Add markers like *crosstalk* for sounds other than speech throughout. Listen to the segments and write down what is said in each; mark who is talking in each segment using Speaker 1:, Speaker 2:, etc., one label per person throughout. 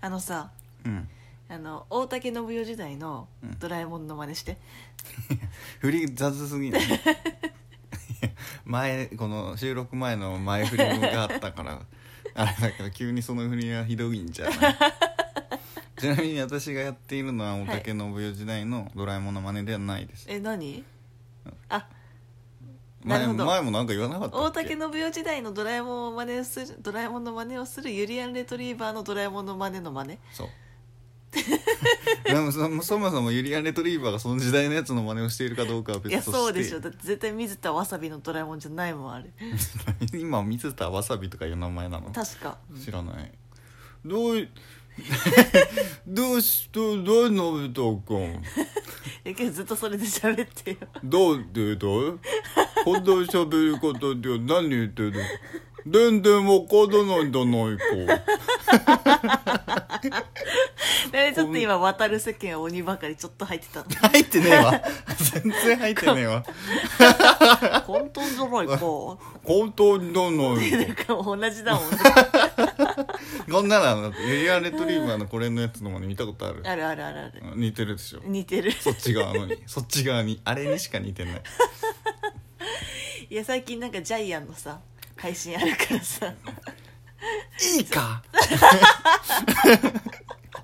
Speaker 1: あのさ
Speaker 2: うん
Speaker 1: あの大竹信代時代の
Speaker 2: うん
Speaker 1: ドラえもんの真似して、
Speaker 2: 振り雑すぎない *laughs* いや前この収録前の前振りがあったから
Speaker 1: *laughs*
Speaker 2: あれだけど急にその振りがひどいんじゃないちなみに私がやっているのは大竹信代時代の「ドラえもん」の真似ではないです、
Speaker 1: え何あなる
Speaker 2: 前
Speaker 1: ほど
Speaker 2: 前もなんか言わなかったっけ
Speaker 1: 大竹信代時代のドラえもんを真似するドラえもんの真似をするユリアン・レトリーバーのドラえもんの真似の真似 *laughs*
Speaker 2: そうでもそそもそもユリアン・レトリーバーがその時代のやつの真似をしているかどうかはい別と
Speaker 1: や
Speaker 2: して
Speaker 1: そうでしょだって絶対水田わさびのドラえもんじゃないもんあれ
Speaker 2: *laughs* 今水田わさびとかいう名前なの
Speaker 1: 確か、うん
Speaker 2: 知らないどういどうしどうどうのび太くん
Speaker 1: えけどずっとそれで喋ってよ
Speaker 2: *laughs* どうって言うとこんな喋り方で何言ってる全然わからないんじゃないか
Speaker 1: えちょっと今渡る世間は鬼ばかりちょっと入って
Speaker 2: *laughs*
Speaker 1: たの
Speaker 2: 入ってねえわ全然入ってねえわ
Speaker 1: 混沌じゃないか
Speaker 2: 本当にどうなの
Speaker 1: なんか同じだもん
Speaker 2: こんなのだってユリアン・レトリーバーのこれのやつのもね見たことある
Speaker 1: あるあるあるある
Speaker 2: 似てるでしょ
Speaker 1: 似てる
Speaker 2: そっち側のにそっち側にあれにしか似てない
Speaker 1: いや最近なんかジャイアンのさ配信あるからさ
Speaker 2: いいか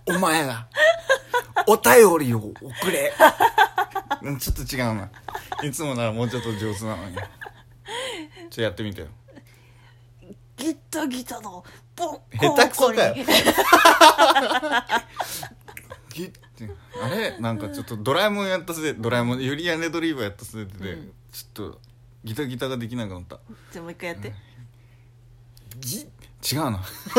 Speaker 2: お前ら、お便りを送れ。ちょっと違うな。いつもならもうちょっと上手なのに。ちょっとやってみてよ。
Speaker 1: ギッタギタのボッコボコに
Speaker 2: 下手くそかよぎってあれなんかちょっとドラえもんやったせいドラえもん、ユリアン・レトリーバーやったせいで、
Speaker 1: うん
Speaker 2: ちょっとギタギタができなくなった。
Speaker 1: じゃあもう一回やって
Speaker 2: ぎ違うな。 *laughs*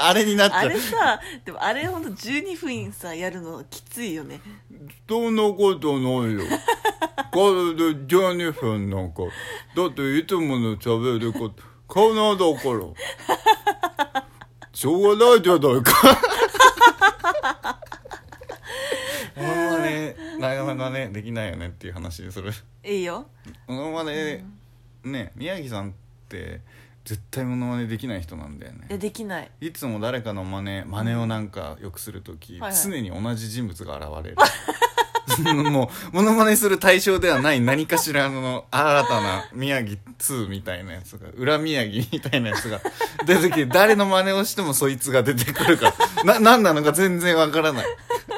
Speaker 2: あれになっち
Speaker 1: あ
Speaker 2: ゃう
Speaker 1: れ。さでもあれほんと12分さやるのきついよね
Speaker 2: そんなことない *laughs* よ。これでジャニフンなんか。だっていつもの喋ること、カナだから。しょうがないじゃないか。ものまね、なかなかね、できないよねっていう話にする。
Speaker 1: いいよ
Speaker 2: ものまね、ね、宮城さんって絶対ものまねできない人なんだよね
Speaker 1: い。やできない
Speaker 2: いつも誰かの真似真似をなんかよくする時、
Speaker 1: はいはい
Speaker 2: 常に同じ人物が現れる *laughs* そのもうモノマネする対象ではない何かしらの新たな宮城2みたいなやつが裏宮城みたいなやつが出てきて誰の真似をしてもそいつが出てくるからな何なのか全然わからない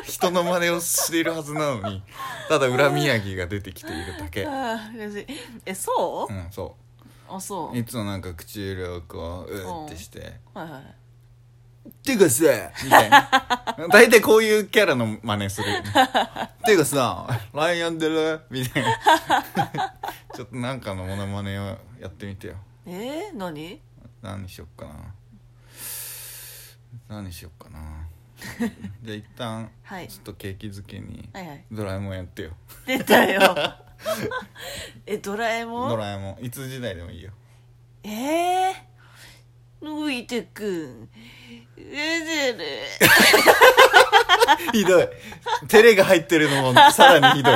Speaker 2: 人の真似をしているはずなのにただ裏宮城が出てきているだけ
Speaker 1: ああ嬉しいえそううん
Speaker 2: そ
Speaker 1: あそうう
Speaker 2: いつもなんか唇をこううーってして、
Speaker 1: はいはい
Speaker 2: てかさ、みたいな。大体こういうキャラの真似する。てかさ、ラインやんでるみたいな。ちょっとなんかのモノマネをやってみてよ。
Speaker 1: えー、何
Speaker 2: 何しよっかな。何しよっかな。じゃあ一旦、
Speaker 1: はい
Speaker 2: ちょっと景気づけに、
Speaker 1: はいはい
Speaker 2: ドラえもんやってよ。
Speaker 1: 出た
Speaker 2: *laughs*
Speaker 1: よえドラえも
Speaker 2: ド
Speaker 1: ん
Speaker 2: ラえもん。いつ時代でもいいよ。
Speaker 1: えー、のびてくん
Speaker 2: *laughs*
Speaker 1: えでる
Speaker 2: ひどい。照れが入ってるのもさらにひどい。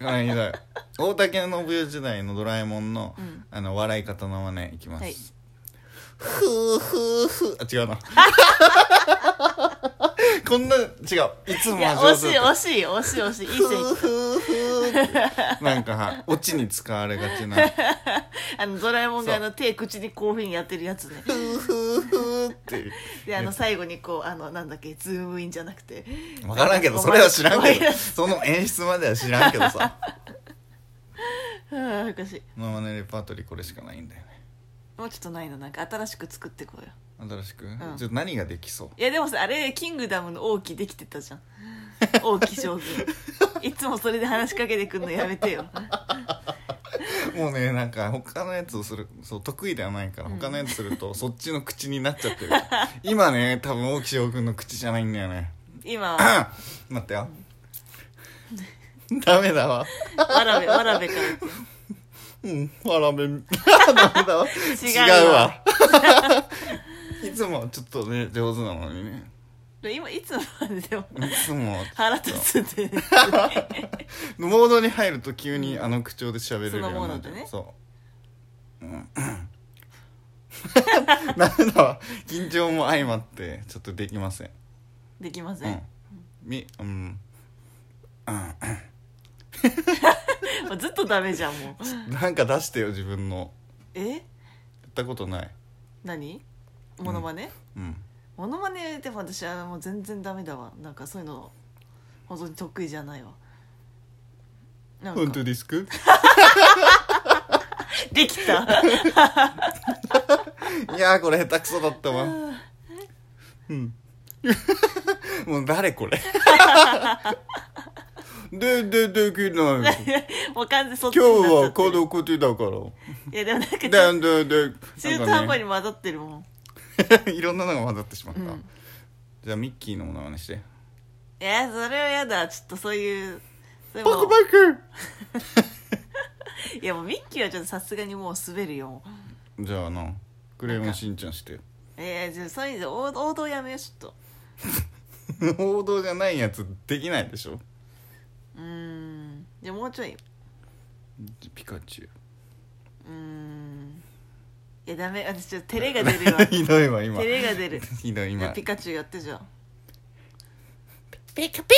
Speaker 2: うんひどい。大竹信代時代のドラえもんの、
Speaker 1: うん
Speaker 2: あの、笑い方の真似いきます。
Speaker 1: はい
Speaker 2: ふうふうふう。あ、違うな。
Speaker 1: *laughs*
Speaker 2: こんな、違う。いつ
Speaker 1: い
Speaker 2: も
Speaker 1: や
Speaker 2: は
Speaker 1: 惜
Speaker 2: 上手
Speaker 1: しい
Speaker 2: だっ
Speaker 1: 惜しい惜しい惜しいいい
Speaker 2: た。
Speaker 1: 線いっ
Speaker 2: *laughs* ふうふうふうって。なんか、オチに使われ
Speaker 1: *laughs*
Speaker 2: がちな。
Speaker 1: あのドラえもんがあ
Speaker 2: そう
Speaker 1: の手口にこういうふうにやってるやつね
Speaker 2: ふうふうふうって。
Speaker 1: であの最後にこうあのなんだっけズームインじゃなくて
Speaker 2: わからんけど、それは知
Speaker 1: *laughs*
Speaker 2: らんけ
Speaker 1: ごめ
Speaker 2: ど。その演出までは知らんけどさ。
Speaker 1: はあおかしい
Speaker 2: モノマネレパートリーこれしかないんだよね。
Speaker 1: もうちょっとないのなんか新しく作ってこうよ
Speaker 2: 新しく、
Speaker 1: ん
Speaker 2: ちょっと何ができそう
Speaker 1: いやでもさあれ「キングダム」の王毅できてたじゃ *laughs* ん王毅将軍いつもそれで話しかけてくんのやめてよ
Speaker 2: もう *laughs* ねなんか他のやつをするそう得意ではないから
Speaker 1: うん
Speaker 2: 他のやつする
Speaker 1: *laughs*
Speaker 2: とそっちの口になっちゃってる今ね多分大木翔くんの口じゃないんだよね
Speaker 1: 今は
Speaker 2: *coughs* 待ってよダメだわ
Speaker 1: わらべわらべから言って
Speaker 2: うんわらべダメだわ
Speaker 1: 違うわ
Speaker 2: 違うわ *laughs* いつもちょっとね上手なのにね
Speaker 1: で今いつもまででも
Speaker 2: いつも
Speaker 1: 腹立つん *laughs* で
Speaker 2: *laughs* モードに入ると急にあの口調で喋れるようになっちゃ
Speaker 1: そのモードで
Speaker 2: う
Speaker 1: ね
Speaker 2: そう、うん、 *laughs* ダメだわ緊張も相まってちょっとできません
Speaker 1: できませ
Speaker 2: うんん、みうん
Speaker 1: もうずっとダメじゃんもう
Speaker 2: なんか出してよ自分の
Speaker 1: え
Speaker 2: やったことない
Speaker 1: 何モノマネ、
Speaker 2: うん
Speaker 1: モノマネでも私はもう全然ダメだわなんかそういうの本当に得意じゃないわなんか
Speaker 2: 本当ですか
Speaker 1: できた *laughs*
Speaker 2: いやーこれ下手くそだったわうん *laughs* もう誰これ
Speaker 1: *laughs*
Speaker 2: ででできない
Speaker 1: もう完全にそっち *laughs*
Speaker 2: 今日
Speaker 1: になっちゃ
Speaker 2: は
Speaker 1: って
Speaker 2: こ
Speaker 1: る
Speaker 2: のことだから
Speaker 1: いやでもなんかちょっと
Speaker 2: ででで
Speaker 1: 中途
Speaker 2: な
Speaker 1: 半
Speaker 2: んか
Speaker 1: 端
Speaker 2: ね
Speaker 1: に混ざってるもん
Speaker 2: *laughs* いろんなのが混ざってしまった、
Speaker 1: うん
Speaker 2: じゃあミッキーのものまねして
Speaker 1: いやそれはやだちょっとそういうそれ
Speaker 2: パ
Speaker 1: も
Speaker 2: クパ
Speaker 1: いやもうミッキーはちょっとさすがにもう滑るよ
Speaker 2: クじゃあなクレヨンしんちゃんしてよ *laughs*
Speaker 1: えー、じゃあそういう意味で王王道やめようちょっと
Speaker 2: 王道じゃないやつできないでしょ
Speaker 1: うーんじゃあもうちょいう
Speaker 2: ピカチュ
Speaker 1: ーんいやダメ私ちょっと照れが出るわ
Speaker 2: ウ *laughs* ひどいわ今
Speaker 1: 照れが出る
Speaker 2: ひどい
Speaker 1: じゃあ
Speaker 2: 今
Speaker 1: ピカチュウやってじゃあ
Speaker 2: ピカピ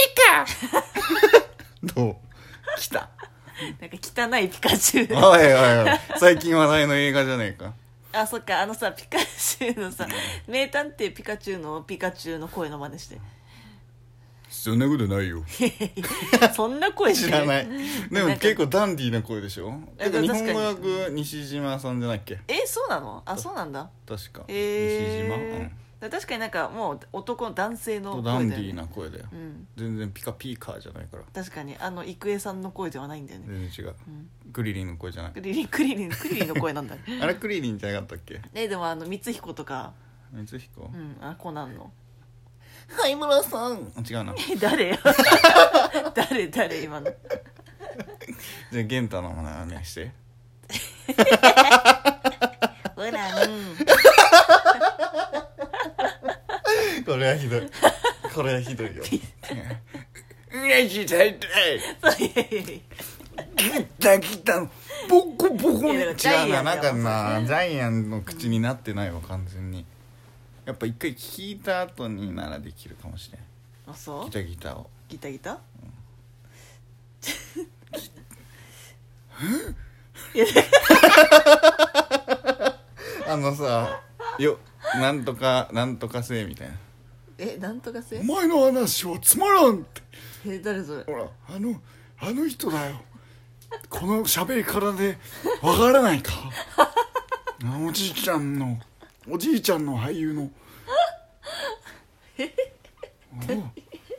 Speaker 2: カどう来た
Speaker 1: なんか汚いピカチ
Speaker 2: おい
Speaker 1: ュウ
Speaker 2: おいおい最近話題の映画じゃねえか
Speaker 1: あそっかあのさピカチュウのさ名探偵ピカチュウのピカチュウの声の真似して *laughs*
Speaker 2: そんなことないよ
Speaker 1: そんな声して
Speaker 2: 知
Speaker 1: る
Speaker 2: らないでも
Speaker 1: なんか
Speaker 2: 結構ダンディーな声でしょ
Speaker 1: え
Speaker 2: てか日本語
Speaker 1: 確
Speaker 2: 訳西島さんじゃないっけ
Speaker 1: えそうなのあそうなんだ
Speaker 2: 確か、
Speaker 1: え
Speaker 2: 西島、
Speaker 1: ー確かになんかもう男の男性
Speaker 2: う
Speaker 1: の声
Speaker 2: ん、とダンデ
Speaker 1: だよ
Speaker 2: ィー
Speaker 1: ね
Speaker 2: な声だよ、
Speaker 1: うん
Speaker 2: 全然ピカピーカーじゃないから
Speaker 1: 確かにあの郁恵さんの声ではないんだよね、
Speaker 2: 全然違う
Speaker 1: うん、
Speaker 2: クリリンの声じゃない
Speaker 1: クリリンクリリンクリリンの声なんだ
Speaker 2: *laughs* あれクリリンじゃなかったっけ
Speaker 1: ねでもあの光彦とか、
Speaker 2: 光彦、
Speaker 1: うん、あコナンの
Speaker 2: はい村さん違うな
Speaker 1: え誰よ *laughs* 誰誰今の
Speaker 2: じゃあ玄太のもの
Speaker 1: *laughs*
Speaker 2: ねして
Speaker 1: ほ *laughs* らうん
Speaker 2: これはひどいこれはひ
Speaker 1: *laughs*
Speaker 2: どいようれしいたい
Speaker 1: そういやいやい
Speaker 2: ギタギタボコボコに
Speaker 1: いや
Speaker 2: 違
Speaker 1: だから
Speaker 2: うななん
Speaker 1: ジャイ
Speaker 2: か
Speaker 1: アンだよ
Speaker 2: なジャイアンの口になってないわ完全にやっぱ一回聞いた後にならできるかもしれん
Speaker 1: やあそう
Speaker 2: ギタギタを
Speaker 1: ギタギタ、いや
Speaker 2: あのさよなんとかなんとかせえみたいな
Speaker 1: えなんとかせ
Speaker 2: お前の話はつまらんって
Speaker 1: え誰それ
Speaker 2: ほらあのあの人だよこの喋り方でわからないかあおじいちゃんのおじいちゃんの俳優のお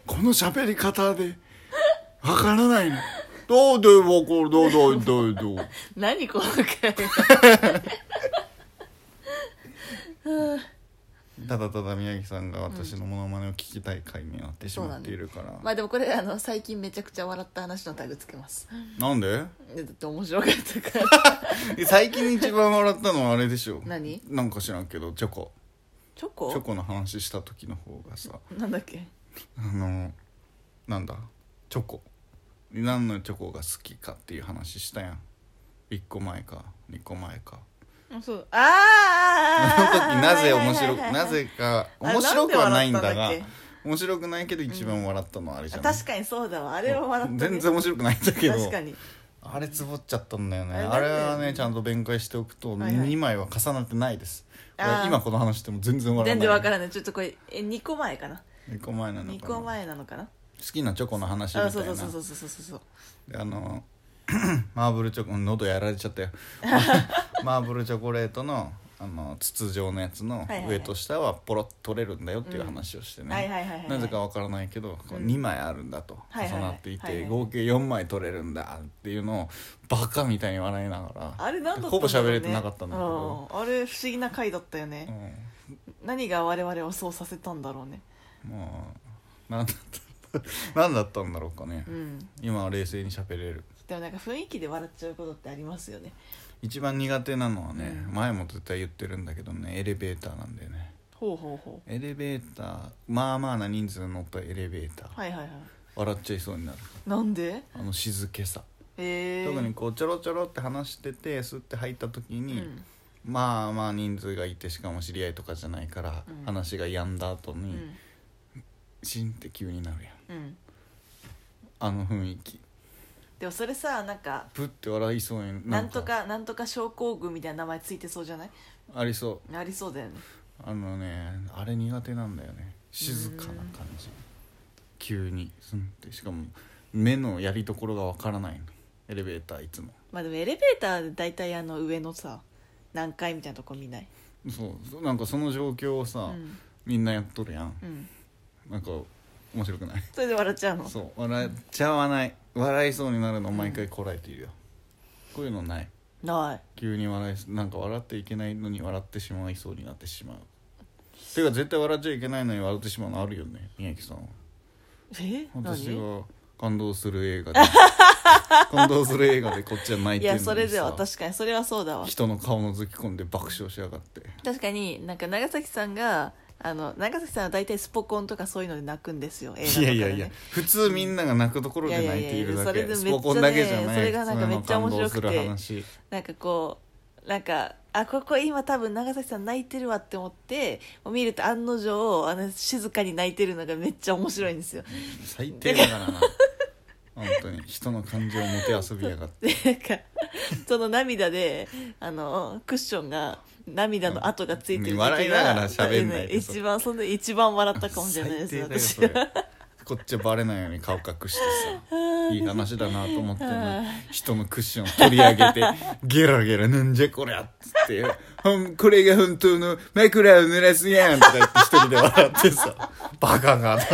Speaker 2: この喋り方でわからないのどうでもこれどうどうどうどう
Speaker 1: 何この回
Speaker 2: ただただ宮城さんが私のモノマネを聞きたい回になってし
Speaker 1: そう
Speaker 2: ま
Speaker 1: だ
Speaker 2: っ
Speaker 1: ね
Speaker 2: ているから、
Speaker 1: まあでもこれあの最近めちゃくちゃ笑った話のタグつけます
Speaker 2: なんで
Speaker 1: だって面白かったから
Speaker 2: 最近一番笑ったのはあれでしょ
Speaker 1: 何
Speaker 2: なんか知らんけどチョコ
Speaker 1: チョコ
Speaker 2: チョコの話した時の方がさ
Speaker 1: なんだっけ
Speaker 2: あのなんだチョコ何のチョコが好きかっていう話したやん1個前か2個前か
Speaker 1: あそう
Speaker 2: あ
Speaker 1: *laughs* ああ
Speaker 2: の時なぜ面白くなぜか面白くはないんだが面白くないけど一番笑ったのはあれじゃない、
Speaker 1: 確かにそうだわあれは笑った、ね、
Speaker 2: 全然面白くないんだけど
Speaker 1: 確かに
Speaker 2: あれつぼっちゃったんだよねあ
Speaker 1: あ
Speaker 2: れ
Speaker 1: れなんだよね
Speaker 2: はねちゃんと弁解しておく
Speaker 1: は
Speaker 2: と
Speaker 1: いはい
Speaker 2: 2枚は重なってないです、
Speaker 1: あー
Speaker 2: 今この話しても全然笑わない
Speaker 1: 全然わからないちょっとこれえ2個前かな
Speaker 2: 2個前なの
Speaker 1: 2
Speaker 2: か
Speaker 1: 個
Speaker 2: な好
Speaker 1: 前なのかな
Speaker 2: きなチョコの話みたい
Speaker 1: あ
Speaker 2: な
Speaker 1: そうそうそうそうそうそうそう
Speaker 2: であの *coughs* マーブルチョコ喉やられち
Speaker 1: *laughs*
Speaker 2: ゃったよマーブルチョコレートのあの筒状のやつの
Speaker 1: いはいはい
Speaker 2: 上と下はポロッと取れるんだよっていう話をして
Speaker 1: はいはいはいは
Speaker 2: ね
Speaker 1: い
Speaker 2: なぜかわからないけど
Speaker 1: うん
Speaker 2: 2枚あるんだと
Speaker 1: はいはいは
Speaker 2: 重
Speaker 1: い
Speaker 2: なってい
Speaker 1: はい
Speaker 2: て
Speaker 1: はい
Speaker 2: 合計4枚取れるんだっていうのをバカみたいに笑いながら
Speaker 1: あれ何だったんだろう、ね、
Speaker 2: ほぼ喋れてなかったんだけど、
Speaker 1: うんあれ不思議な回だったよ
Speaker 2: う
Speaker 1: ね、
Speaker 2: ん
Speaker 1: 何が我々をそうさせたんだろうね
Speaker 2: もう何だったんだ *laughs* 何だったんだろうかね
Speaker 1: うん
Speaker 2: 今は冷静に喋れる
Speaker 1: でもなんか雰囲気で笑っちゃうことってありますよね
Speaker 2: 一番苦手なのはね
Speaker 1: うん
Speaker 2: 前も絶対言ってるんだけどねエレベーターなんだよね
Speaker 1: ほうほうほう
Speaker 2: エレベーターまあまあな人数の乗ったエレベーター、
Speaker 1: はいはいはい
Speaker 2: 笑っちゃいそうになる
Speaker 1: なんで
Speaker 2: あの静けさ、
Speaker 1: えー、
Speaker 2: 特にこうちょろちょろって話しててスッて入った時
Speaker 1: う
Speaker 2: に、
Speaker 1: ん
Speaker 2: まあまあ人数がいてしかも知り合いとかじゃないから、
Speaker 1: うん
Speaker 2: 話が止んだ後
Speaker 1: う
Speaker 2: に、
Speaker 1: ん
Speaker 2: シンって急になるやん
Speaker 1: うん
Speaker 2: あの雰囲気
Speaker 1: でもそれさなんか
Speaker 2: プッて笑いそうやん
Speaker 1: なんとかなんとか症候群みたいな名前ついてそうじゃない
Speaker 2: ありそう
Speaker 1: ありそうだよね
Speaker 2: あのねあれ苦手なんだよね静かな感じ急にスンってしかも目のやりどころがわからないのエレベーターいつも
Speaker 1: まあでもエレベーターで大体あの上のさ何階みたいなとこ見ない
Speaker 2: そうそなんかその状況をさ、
Speaker 1: うん、
Speaker 2: みんなやっとるやん
Speaker 1: うん、
Speaker 2: なんか面白くない
Speaker 1: それで笑っちゃうの
Speaker 2: そう笑っちゃわない笑いそうになるのを毎回こらえているよ、こういうのない
Speaker 1: ない
Speaker 2: 急に笑いすなんか笑っていけないのに笑ってしまいそうになってしまうていうか絶対笑っちゃいけないのに笑ってしまうのあるよね宮城さんは
Speaker 1: え
Speaker 2: 私
Speaker 1: 何
Speaker 2: が感動す
Speaker 1: *laughs*
Speaker 2: る映画で感動する映画でこっちは泣い
Speaker 1: い
Speaker 2: て
Speaker 1: や
Speaker 2: るのにさ
Speaker 1: それでは確かにそれはそうだわ
Speaker 2: 人の顔のぞき込んで爆笑しやがって
Speaker 1: 確かになんか長崎さんがあの長崎さんは大体スポコンとかそういうので泣くんですよ映画とか
Speaker 2: い
Speaker 1: で
Speaker 2: や
Speaker 1: ね
Speaker 2: いやいや普通みんなが泣くところで泣いているだ
Speaker 1: いや
Speaker 2: け
Speaker 1: いやいやそれでめ
Speaker 2: ス
Speaker 1: っちゃね
Speaker 2: ポコンだけじゃない
Speaker 1: それがなんかめっちゃ面白くて
Speaker 2: 普通の感動する話
Speaker 1: なんかこうなんかあここ今多分長崎さん泣いてるわって思って見ると案の定あの静かに泣いてるのがめっちゃ面白いん
Speaker 2: *laughs*
Speaker 1: ですよ
Speaker 2: 最
Speaker 1: *laughs*
Speaker 2: 低だからな本当に人の感情をもて遊びやがって
Speaker 1: でなんかその涙であのクッションが涙の跡がついてる時が
Speaker 2: 笑いながら喋んないで
Speaker 1: 一番そんで一番笑ったかもしれないです
Speaker 2: 最
Speaker 1: 私は
Speaker 2: 低だよそれこっちはバレないように顔隠して *laughs* さいい話だなと思って
Speaker 1: はい
Speaker 2: 人のクッションを取り上げて *laughs* ゲラゲラなんじゃこりゃっつってほんこれが本当の枕を濡らすやんとか言って一人で笑ってさバカ *laughs* がな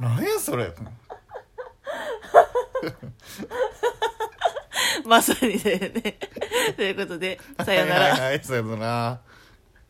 Speaker 2: なんやそれ
Speaker 1: まさにだよねということでさよなら
Speaker 2: *laughs* はいはいはいさよなら